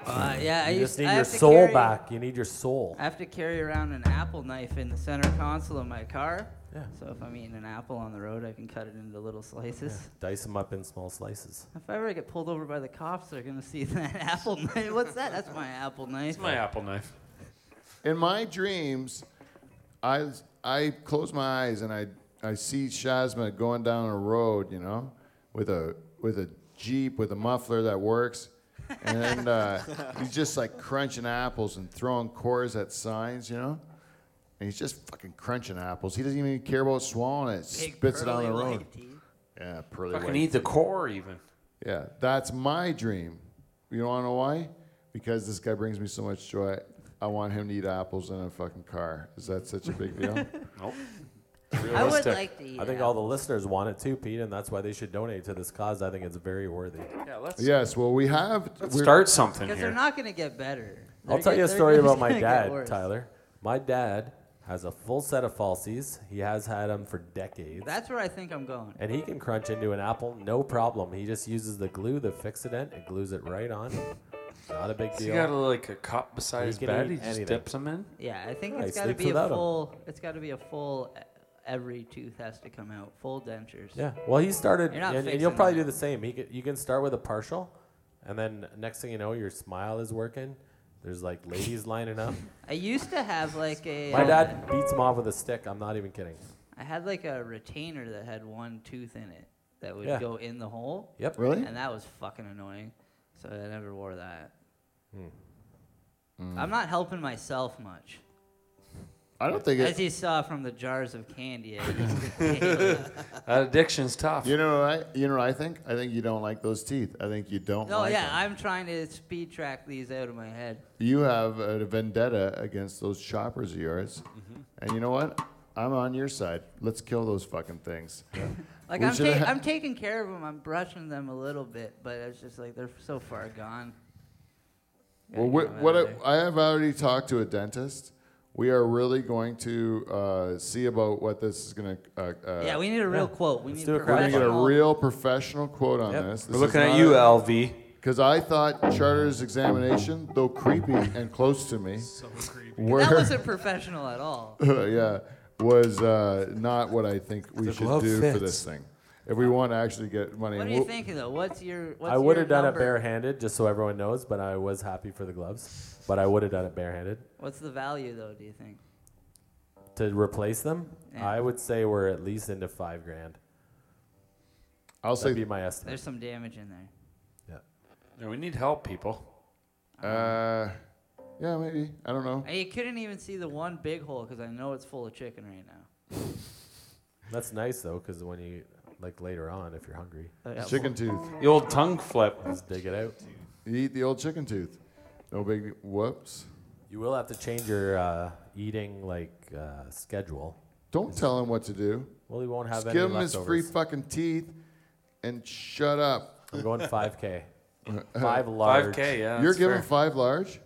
Uh, yeah, I You used, just need I your have to soul carry, back. You need your soul. I have to carry around an apple knife in the center console of my car. Yeah. So if I'm eating an apple on the road, I can cut it into little slices. Dice them up in small slices. If I ever get pulled over by the cops, they're gonna see that apple knife. What's that? That's my apple knife. It's my apple knife. In my dreams, I I close my eyes and I I see Shazma going down a road, you know, with a with a jeep with a muffler that works, and then, uh, he's just like crunching apples and throwing cores at signs, you know. And he's just fucking crunching apples. He doesn't even care about swallowing it. Big Spits it on pearly the white road. teeth. Yeah, pearly Fucking white. eat the core even. Yeah, that's my dream. You don't want to know why? Because this guy brings me so much joy. I want him to eat apples in a fucking car. Is that such a big deal? Nope. I would Realistic. like to eat. I think an all apple. the listeners want it too, Pete, and that's why they should donate to this cause. I think it's very worthy. Yeah, let's, yes. Well, we have. let's we're- start something Because they're here. not gonna get better. I'll They're tell get- you a they're story just about my gonna get dad, worse. Tyler. My dad has a full set of falsies. He has had them for decades. That's where I think I'm going. and he can crunch into an apple, no problem. He just uses the glue, the fixident, and glues it right on. Not a big He deal. got a, like a cup beside He his can bed. eat He just anything. dips them in. Yeah, I think Yeah, it's he got to sleeps be a without 'em. full. It's got to be a full. e, Every tooth has to come out. Full dentures. yeah. Well, he started, You're not and, and fixing you'll probably do that. the same. He can, you can start with a partial, and then next thing you know, your smile is working. There's like ladies lining up. I used to have like a. My uh, dad beats him off with a stick. I'm not even kidding. I had like a retainer that had one tooth in it that would Yeah. go in the hole. Yep. Really? And that was fucking annoying. So I never wore that. Hmm. I'm not helping myself much. I don't think As it. you saw from the jars of candy. I used. That addiction's tough. You know what I? You know what I think? I think you don't like those teeth. I think you don't no, like yeah, them. I'm trying to speed track these out of my head. You have a vendetta against those choppers of yours, Mm-hmm. and you know what? I'm on your side. Let's kill those fucking things. Like We I'm, should ta- ha- I'm taking care of them. I'm brushing them a little bit, but it's just like they're so far gone. Well, Gotta we get 'em what out of there. I, I have already talked to a dentist. We are really going to uh, see about what this is going to. Uh, uh, yeah, we need a real quote. We Let's need do a We're going to get a professional- real professional quote on Yep. this. We're looking at you, LV. Because I thought Charter's examination, though creepy and close to me, So creepy. were, That wasn't professional at all. yeah, was uh, not what I think we The should glove do for fits. this thing. If we want to actually get money, What are and you we'll- thinking though? What's your? What's I would your have done number? it barehanded, just so everyone knows. But I was happy for the gloves. But I would have done it barehanded What's the value though? Do you think? to replace them. Yeah. I would say we're at least into five grand. I'll say That'd be my estimate. There's some damage in there. Yeah. Yeah, we need help, people. Uh, yeah, maybe. I don't know. Hey, You couldn't even see the one big hole because I know it's full of chicken right now. That's nice though, because when you like later on, if you're hungry, I got Chicken tooth. The old tongue flip. just dig it out. You eat the old chicken tooth. No big. Whoops. You will have to change your uh, eating like uh, schedule. Don't tell him what to do. Well, you won't have Just any give him his free leftovers. fucking teeth and shut up. I'm going 5K. Five large. 5K, yeah. you're that's giving fair. five large?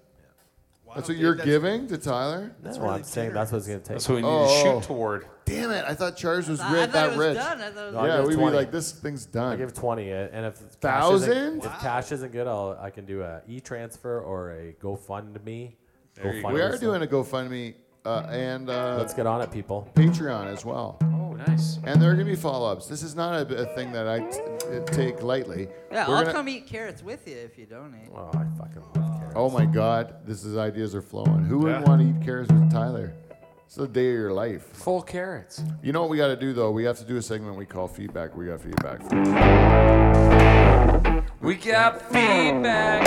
Wow, That's what dude, you're that's- giving to Tyler? That's really what I'm saying. That's what it's gonna take. That's what we need Oh. to shoot toward. Damn it. I thought Charles was I- I ri- thought that it was rich. done. I thought it was No, I Yeah, give we'd 20. be like, this thing's I done. give 20, uh, and if cash Thousand? isn't, if cash isn't good, I'll I can do a e-transfer or a GoFundMe. There you go. GoFundMe we are stuff. doing a GoFundMe uh, and uh, Let's get on it, people. Patreon as well. Oh, nice. And there are going to be follow ups. This is not a, a thing that I t- take lightly. Yeah, We're I'll gonna- come eat carrots with you if you donate. Oh, I fucking love carrots. Oh my God, this is ideas are flowing. Who wouldn't Yeah. want to eat carrots with Tyler? It's the day of your life. Full carrots. You know what we got to do though? We have to do a segment we call feedback. We got feedback. We got feedback.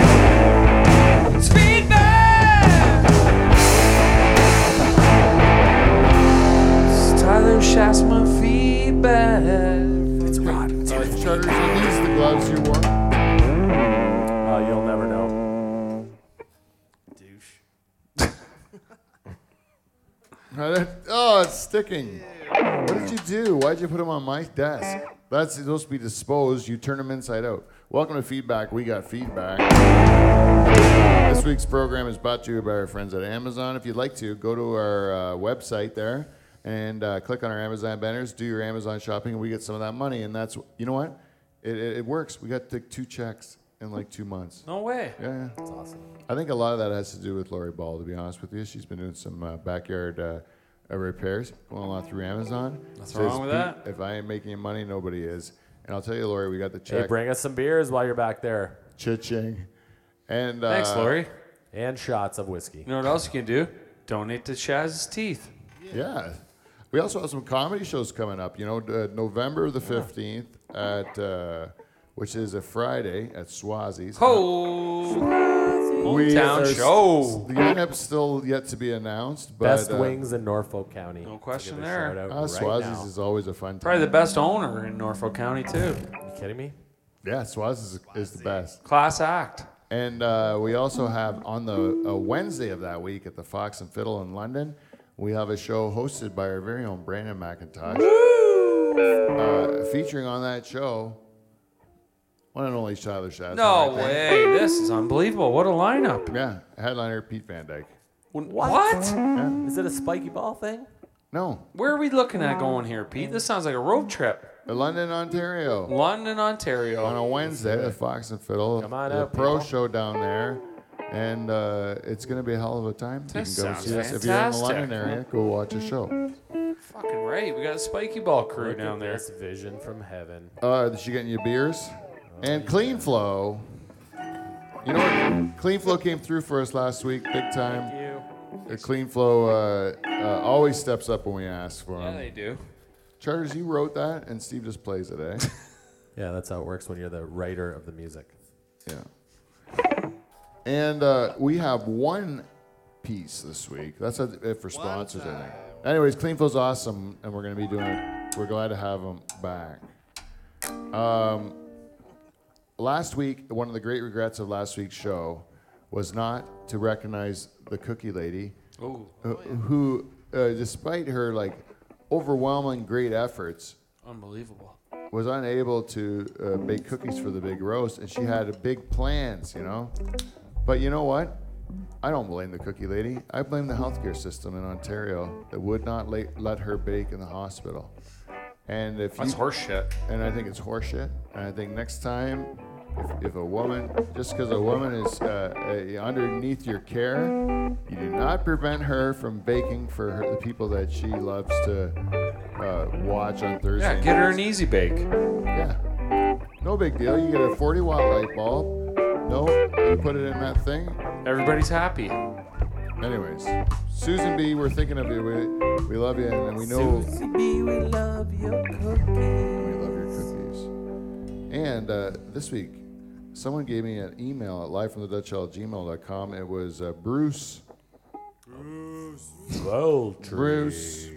It's feedback! It's Tyler Shasma feedback. It's Rod. Uh, Charters, are these the gloves you wore? Uh, you'll never know. Douche. Oh, it's sticking. What did you do? Why'd you put them on my desk? That's supposed to be disposed. You turn them inside out. Welcome to feedback. We got feedback. This week's program is brought to you by our friends at Amazon. If you'd like to, go to our uh, website there and uh, click on our Amazon banners, do your Amazon shopping, and we get some of that money. And that's, you know what? It, it, it works. We got like two checks in like two months. No way. Yeah, yeah. It's awesome. I think a lot of that has to do with Lori Ball, to be honest with you. She's been doing some uh, backyard uh, of repairs, going a lot through Amazon. Nothing Says, wrong with "Pete, that." If I ain't making money, nobody is. And I'll tell you, Lori, we got the Hey, check. bring us some beers while you're back there, Cha-ching. And uh, Thanks, Lori. and shots of whiskey. You know what else you can do? Donate to Shaz's teeth. Yeah. We also have some comedy shows coming up. You know, uh, November the 15th, at uh, which is a Friday at Swazi's. Oh, Uh, We hometown are s- show. The lineup's still yet to be announced, but Best uh, wings in Norfolk County. No question Give it a there. shout out Uh, right Swazi's now. is always a fun time. Probably the best owner in Norfolk County too. You kidding me? Yeah, Swazi's is, is the best. Class act. And uh, we also have on the uh, Wednesday of that week at the Fox and Fiddle in London, we have a show hosted by our very own Brandon McIntosh. Uh, featuring on that show, one and only Tyler Shaz. No way. This is unbelievable. What a lineup. Yeah, headliner Pete Van Dyke. What? Is it a spiky ball thing? No, Where are we looking at going here, Pete? This sounds like a road trip. in London, Ontario. London, on Ontario. a Wednesday at Fox and Fiddle. Come on the out, pro people. show down there, and uh, it's gonna be a hell of a time. This you can go sounds see us if you're in the fantastic. London area. Go watch a show. Fucking right. We got a spiky ball crew Look at down there. This vision from heaven. Uh, is she getting you beers? And Clean Flow. You know what? Clean Flow came through for us last week, big time. You. Uh, Clean Flow uh, uh, always steps up when we ask for Yeah, them. they do. Charters, you wrote that, and Steve just plays it, eh? Yeah, that's how it works when you're the writer of the music. Yeah. And uh, we have one piece this week. That's it for sponsors, I think. Anyways, Clean Flow's awesome, and we're going to be doing it. We're glad to have them back. Um, last week, one of the great regrets of last week's show was not to recognize the cookie lady, Oh, who, who uh, despite her like overwhelming great efforts, unbelievable. was unable to uh, bake cookies for the big roast, and she had big plans, you know. But you know what? I don't blame the cookie lady. I blame the healthcare system in Ontario that would not la- let her bake in the hospital. And if That's you, horseshit. and I think it's horseshit. And I think next time, if, if a woman, just because a woman is uh, uh, underneath your care, you do not prevent her from baking for her, the people that she loves to uh, watch on Thursday. Yeah, get her nights. an easy bake. Yeah. No big deal. You get a 40 watt light bulb. No, you put it in that thing. Everybody's happy. Anyways, Susan B, we're thinking of you. We, we love you, and, and we know we love your cookies. And uh, this week, someone gave me an email at livefromthedutchhall@gmail.com. It was uh, Bruce. Well, Bruce,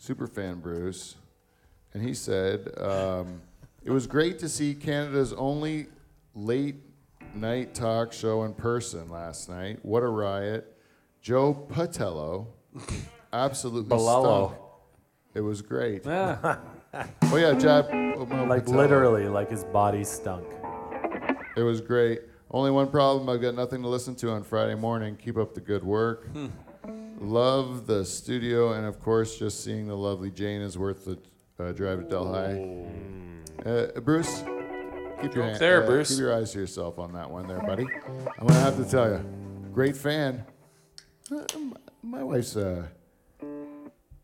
superfan Bruce, and he said um, it was great to see Canada's only late night talk show in person last night. What a riot! Joe Patello, absolutely Balalo. stunk. It was great. Yeah. Oh yeah, Joe. like literally, like his body stunk. It was great. Only one problem. I've got nothing to listen to on Friday morning. Keep up the good work. Hmm. Love the studio, and of course, just seeing the lovely Jane is worth the uh, drive to Delhi. Uh, Bruce, keep your Joke hand- there, uh, Bruce. Keep your eyes to yourself on that one, there, buddy. I'm gonna have to tell you, great fan. Uh, m- my wife's uh,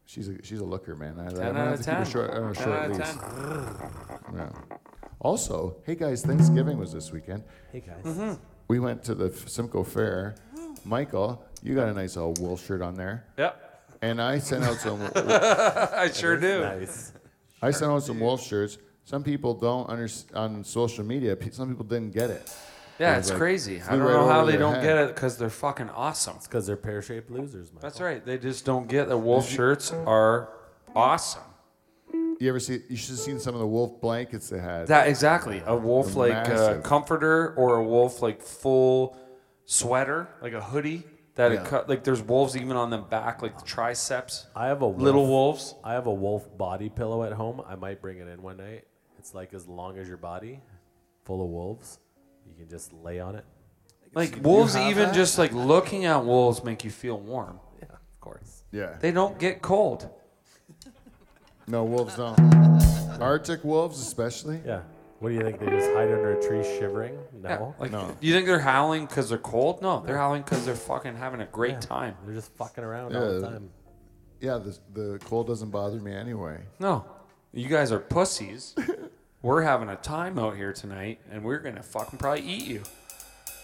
she's a she's a looker, man. I, I'm Ten gonna out have of to keep her ten. short, on a Ten out short of leash. ten. Yeah. Also, hey guys, Thanksgiving was this weekend. Hey guys. Mm-hmm. We went to the Simcoe Fair. Michael, you got a nice old wool shirt on there, Yep. and I sent out some. I sure do. Nice. I sent out some wool shirts. Some people don't understand on social media. pe- Some people didn't get it. Yeah, It it's was like- crazy. I flew don't right know how over they their don't head. get it because they're fucking awesome. Because they're pear shaped losers, Michael. That's right. They just don't get that wolf shirts are awesome. You ever see? You should have seen some of the wolf blankets they had. That exactly. A wolf like uh, Massive. comforter or a wolf like full sweater, like a hoodie that Yeah. it cut. Like there's wolves even on the back, like the triceps. I have a wolf, Little wolves. I have a wolf body pillow at home. I might bring it in one night. It's like as long as your body, full of wolves. You can just lay on it. Like wolves, have even that? just like looking at wolves make you feel warm. Yeah, of course. yeah. They don't get cold. no, wolves don't. Arctic wolves, especially. Yeah. What do you think? They just hide under a tree shivering? Yeah, No. like, No. you think they're howling because they're cold? No, they're howling because they're fucking having a great time. They're just fucking around all Yeah. the time. yeah, the, the cold doesn't bother me anyway. No. You guys are pussies. we're having a time out here tonight, and we're going to fucking probably eat you.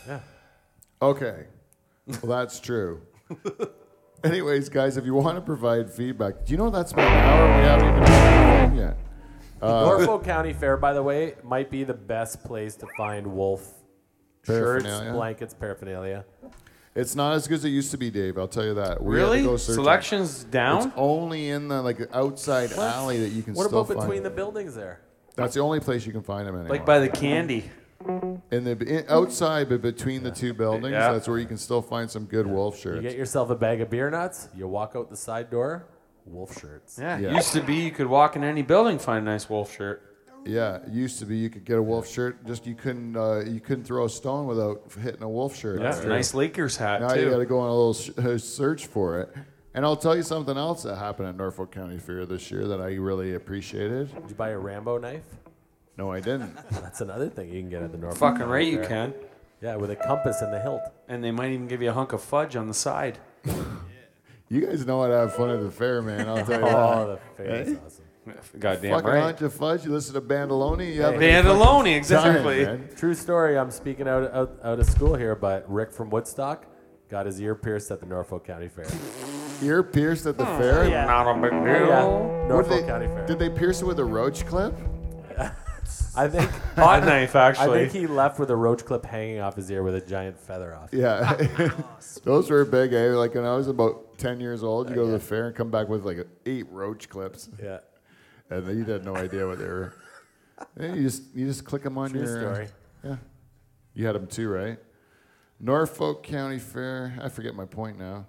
Yeah. Okay. Well, that's true. Anyways, guys, if you want to provide feedback, do you know that's been an hour and we haven't even done anything yet? Uh, Norfolk County Fair, by the way, might be the best place to find wolf shirts, Paraphernalia? blankets, paraphernalia. It's not as good as it used to be, Dave. I'll tell you that. We had to Really? go searching. Selections down? It's only in the like outside alley that you can What still about find between the them. buildings there? That's the only place you can find them anymore. Like by the candy. in the in, outside, but between the two buildings, Yeah. that's where you can still find some good wolf You shirts. get yourself a bag of beer nuts, you walk out the side door, wolf shirts. Yeah. Yeah. It used to be you could walk in any building, find a nice wolf shirt. yeah, it used to be you could get a wolf shirt. Just you couldn't uh, you couldn't throw a stone without hitting a wolf shirt. Yeah. Nice Lakers hat, Now too. you got to go on a little sh- uh, search for it. And I'll tell you something else that happened at Norfolk County Fair this year that I really appreciated. Did you buy a Rambo knife? No, I didn't. That's another thing you can get at the Norfolk. Fucking County right, you Fair. can. Yeah, with a compass and the hilt. And they might even give you a hunk of fudge on the side. you guys know how to have fun at the fair, man. I'll tell you that. Oh, the fair is awesome. Goddamn Fucking right. Hunch of Fudge. You listen to Bandoloni. You have a good Bandoloni, time, exactly. man. True story. I'm speaking out, out out of school here, but Rick from Woodstock got his ear pierced at the Norfolk County Fair. Ear pierced at the Oh, fair. Not a big deal. yeah, What did Norfolk they- County Fair. Did they pierce it with a roach clip? I think Hot knife, I actually. think he left with a roach clip hanging off his ear with a giant feather off. Yeah. Those were big, eh? Like when I was about 10 years old, you go to the fair and come back with like eight roach clips, Yeah, and then you had no idea what they were. And you just you just click them on true your. uh, story. Yeah. You had them too, right? Norfolk County Fair. I forget my point now.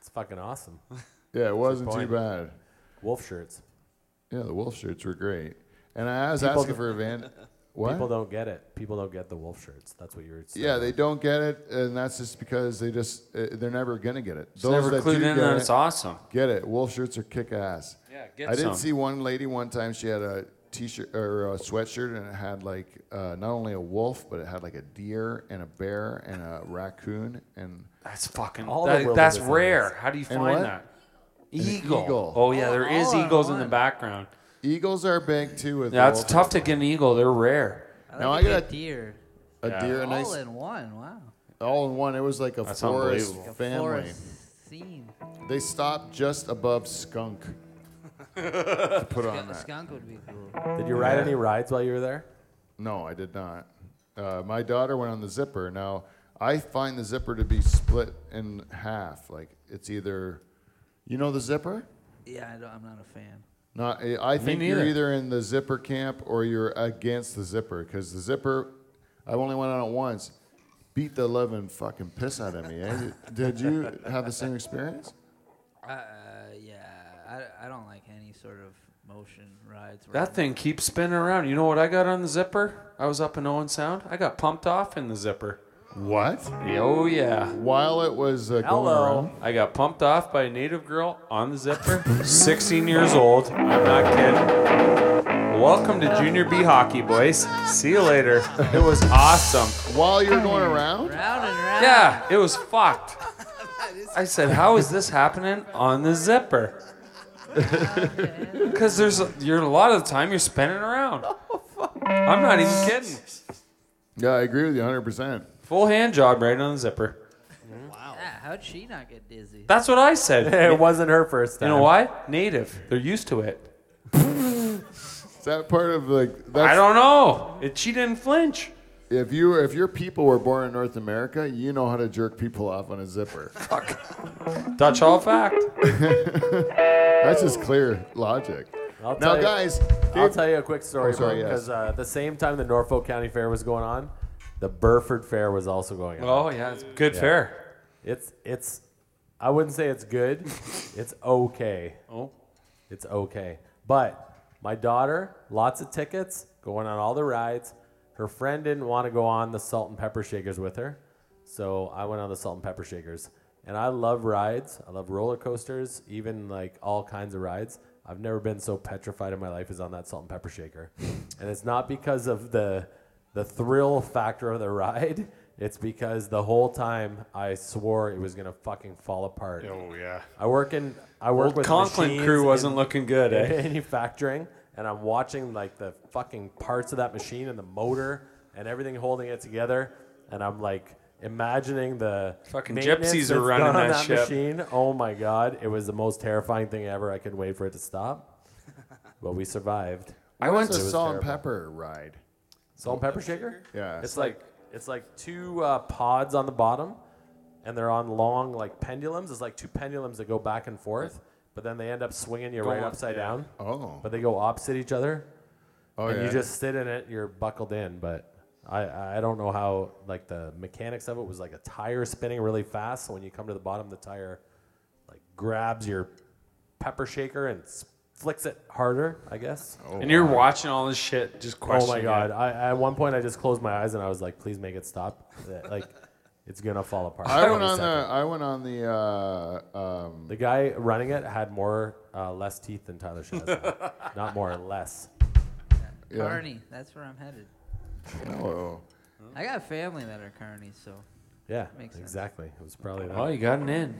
It's fucking awesome. Yeah, it wasn't too point. bad. Wolf shirts. Yeah, the wolf shirts were great. And I was asking for a van. What? People don't get it. People don't get the wolf shirts. That's what you're saying. Yeah, they don't get it, and that's just because they just uh, they're never gonna get it. It's never that clued do get in that it, it's awesome. get it. Wolf shirts are kick ass. Yeah, get I did some. see one lady one time. She had a t-shirt or a sweatshirt, and it had like uh, not only a wolf, but it had like a deer and a bear and a raccoon and That's fucking. All the that- that's wilderness rare. animals. How do you And find what? that? Eagle. eagle. Oh yeah, there is all in eagles in the one. background. eagles are big too. With Yeah, it's wolf- tough to get an eagle. They're rare. I Now like I a got big deer. A Yeah. deer, a All nice, in one. Wow. all in one. It was like a That's forest unbelievable. Like a family. forest scene. They stopped just above skunk. to put on Skunk, that. skunk would be cool. Did you ride any rides while you were there? No, I did not. Uh, my daughter went on the zipper. Now, I find the zipper to be split in half. Like, it's either, you know, the zipper? Yeah, I don't, I'm not a fan. Not, I- I think you're neither. either in the zipper camp or you're against the zipper because the zipper, I only went on it once, beat the living fucking piss out of me. eh? Did you have the same experience? Uh, yeah, I, I don't like any sort of motion rides. where That I'm- thing keeps spinning around. You know what I got on the zipper? I was up in Owen Sound. I got pumped off in the zipper. What? Oh yeah. While it was uh, going Hello. around, I got pumped off by a native girl on the zipper. 16 years old. I'm not kidding. Welcome to junior B hockey, boys. See you later. It was awesome. while you're going around, Round and round. Yeah, it was fucked. I said, "How is this happening on the zipper?" Because there's you're a lot of the time you're spinning around. I'm not even kidding. yeah, I agree with you 100%. Full hand job right on the zipper. Yeah, Ah, how'd she not get dizzy? That's what I said. It wasn't her first You time. know why? Native. They're used to it. Is that part of like, that's I don't know. It, she didn't flinch. If you if your people were born in North America, you know how to jerk people off on a zipper. Dutch Hall fact. That's just clear logic. I'll now, tell you- guys, I'll Dave- tell you a quick story, Oh, sorry, yes. because uh, the same time the Norfolk County Fair was going on, the Burford Fair was also going on. Oh yeah, it's good fair. It's it's, I wouldn't say it's good, it's okay, Oh, it's okay. But my daughter, lots of tickets, going on all the rides. Her friend didn't want to go on the salt and pepper shakers with her, so I went on the salt and pepper shakers. And I love rides. I love roller coasters, even like all kinds of rides. I've never been so petrified in my life as on that salt and pepper shaker. and it's not because of the the thrill factor of the ride. It's because the whole time I swore it was gonna fucking fall apart. Oh yeah. I work in I work Old with Conklin machines crew wasn't in looking good, eh? manufacturing, and I'm watching like the fucking parts of that machine and the motor and everything holding it together, and I'm like imagining the Fucking maintenance gypsies that's were running done on that ship. machine. Oh my god, it was the most terrifying thing ever. I couldn't wait for it to stop, but we survived. I went It's a to was salt and terrible. pepper ride. Salt and pepper shaker. Yeah. It's like it's like two uh, pods on the bottom, and they're on long like pendulums. It's like two pendulums that go back and forth, but then they end up swinging you right Going- upside yeah. down. Oh. But they go opposite each other, oh and yeah. you just sit in it. You're buckled in, but I I don't know how like the mechanics of it was like a tire spinning really fast. So when you come to the bottom, the tire like grabs your pepper shaker and s- flicks it harder. I guess. and you're watching all this shit, just Oh Oh, my questioning. god! I, at one point, I just closed my eyes and I was like, "Please make it stop! That- like, it's gonna fall apart." I went any on the second. I went on the uh, um, The guy running it had more uh, less teeth than Tyler Shazam. Not more, less. yeah. Carney, that's where I'm headed. Oh, I got family that are carnies, so Yeah, Makes sense. exactly. It was probably that. Oh, you got an in.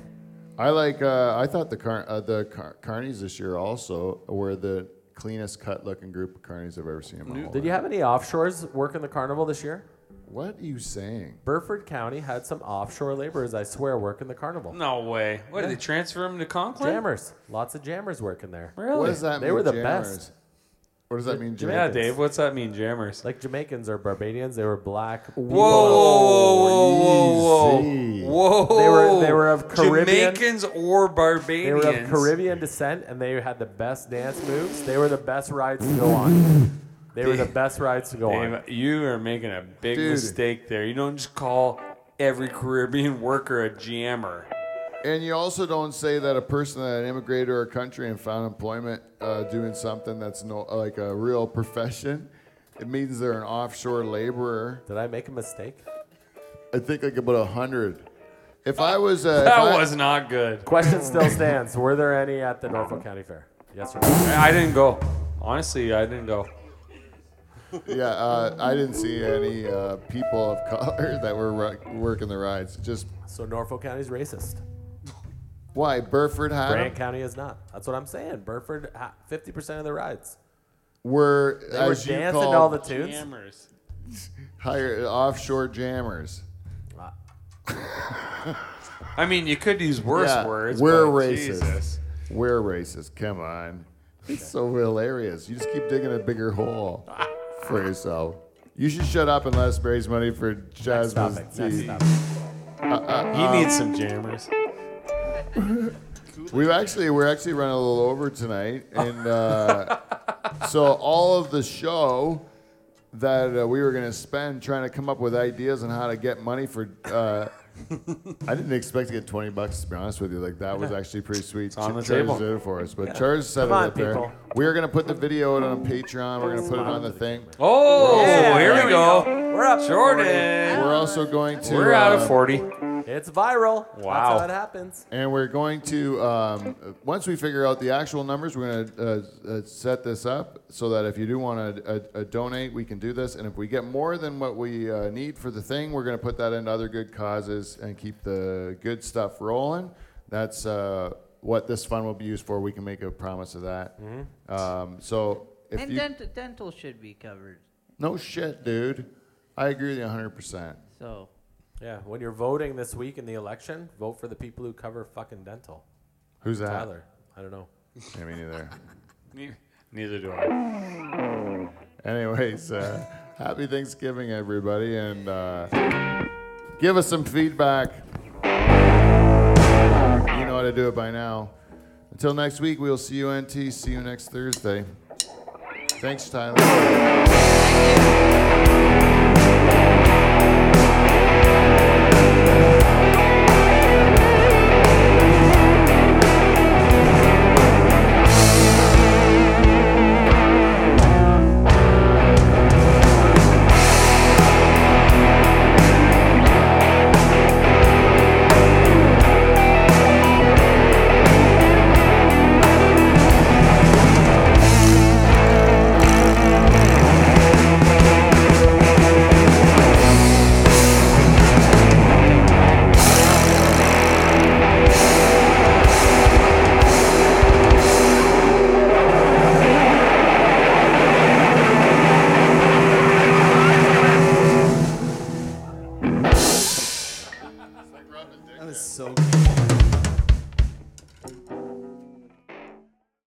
I like. Uh, I thought the car, uh, the car, carnies this year also were the cleanest cut looking group of carnies I've ever seen in my whole Did life. you have any offshores work in the carnival this year? What are you saying? Burford County had some offshore laborers, I swear, work in the carnival. No way. What did they transfer him to Conklin? Jammers, lots of jammers working there. Really? What does that They mean? were the jammers? best. What does that mean? yeah, Jammers? Dave. What's that mean, Jammers? Like Jamaicans or Barbadians, they were black. Whoa, whoa, whoa, easy. whoa, whoa! They were- they were of Caribbean- Jamaicans or They Barbadians. were of Caribbean descent, and they had the best dance moves. They were the best rides to go on. They were the best rides to go on. Dave, you are making a big Dude. mistake there. You don't just call every Caribbean worker a jammer. And you also don't say that a person that immigrated to our country and found employment uh, doing something that's no like a real profession. It means they're an offshore laborer. Did I make a mistake? I think like about a hundred. If I was a, if That I- was not good. Question still stands. Were there any at the Norfolk County Fair? Yes or no? I didn't go. Honestly, I didn't go. Yeah, uh, I didn't see any uh, people of color that were ru- working the rides. Just So Norfolk County's racist. why Burford had 'em? Grant County is not. That's what I'm saying. Burford, ha- 50% of the rides. were They as were you dancing called to all the tunes. Jammers. higher offshore jammers. Ah, I mean, you could use worse Yeah, words. we're but racist. Jesus. We're racist. Come on, it's so hilarious. You just keep digging a bigger hole for yourself. You should shut up and let us raise money for Next Jasmine's topic. Next tea. topic. He needs some jammers. We've actually we're actually running a little over tonight, and uh, so all of the show that uh, we were going to spend trying to come up with ideas on how to get money for. Uh, I didn't expect to get twenty bucks to be honest with you. Like that was actually pretty sweet. on the Charles table. did it for us, but Charles set Come it on, up there. people. We are going to put the video out on Patreon. We're going to put it on the thing. Oh, here we go. We're up. Jordan. We're also going to. We're out uh, of 40. It's viral. Wow. That's how it happens. And we're going to, um, uh, once we figure out the actual numbers, we're going to uh, uh, set this up so that if you do want to uh, uh, donate, we can do this. And if we get more than what we uh, need for the thing, we're going to put that into other good causes and keep the good stuff rolling. That's uh, what this fund will be used for. We can make a promise of that. Um, so if and you. dent- dental should be covered. no shit, dude. I agree with you 100%. So Yeah, when you're voting this week in the election, vote for the people who cover fucking dental. Who's that? Tyler, I don't know. Yeah, me neither. Neither do I. Anyways, uh, happy Thanksgiving, everybody, and uh, give us some feedback. You know how to do it by now. Until next week, we'll see you, NT. See you next Thursday. Thanks, Tyler. thank you.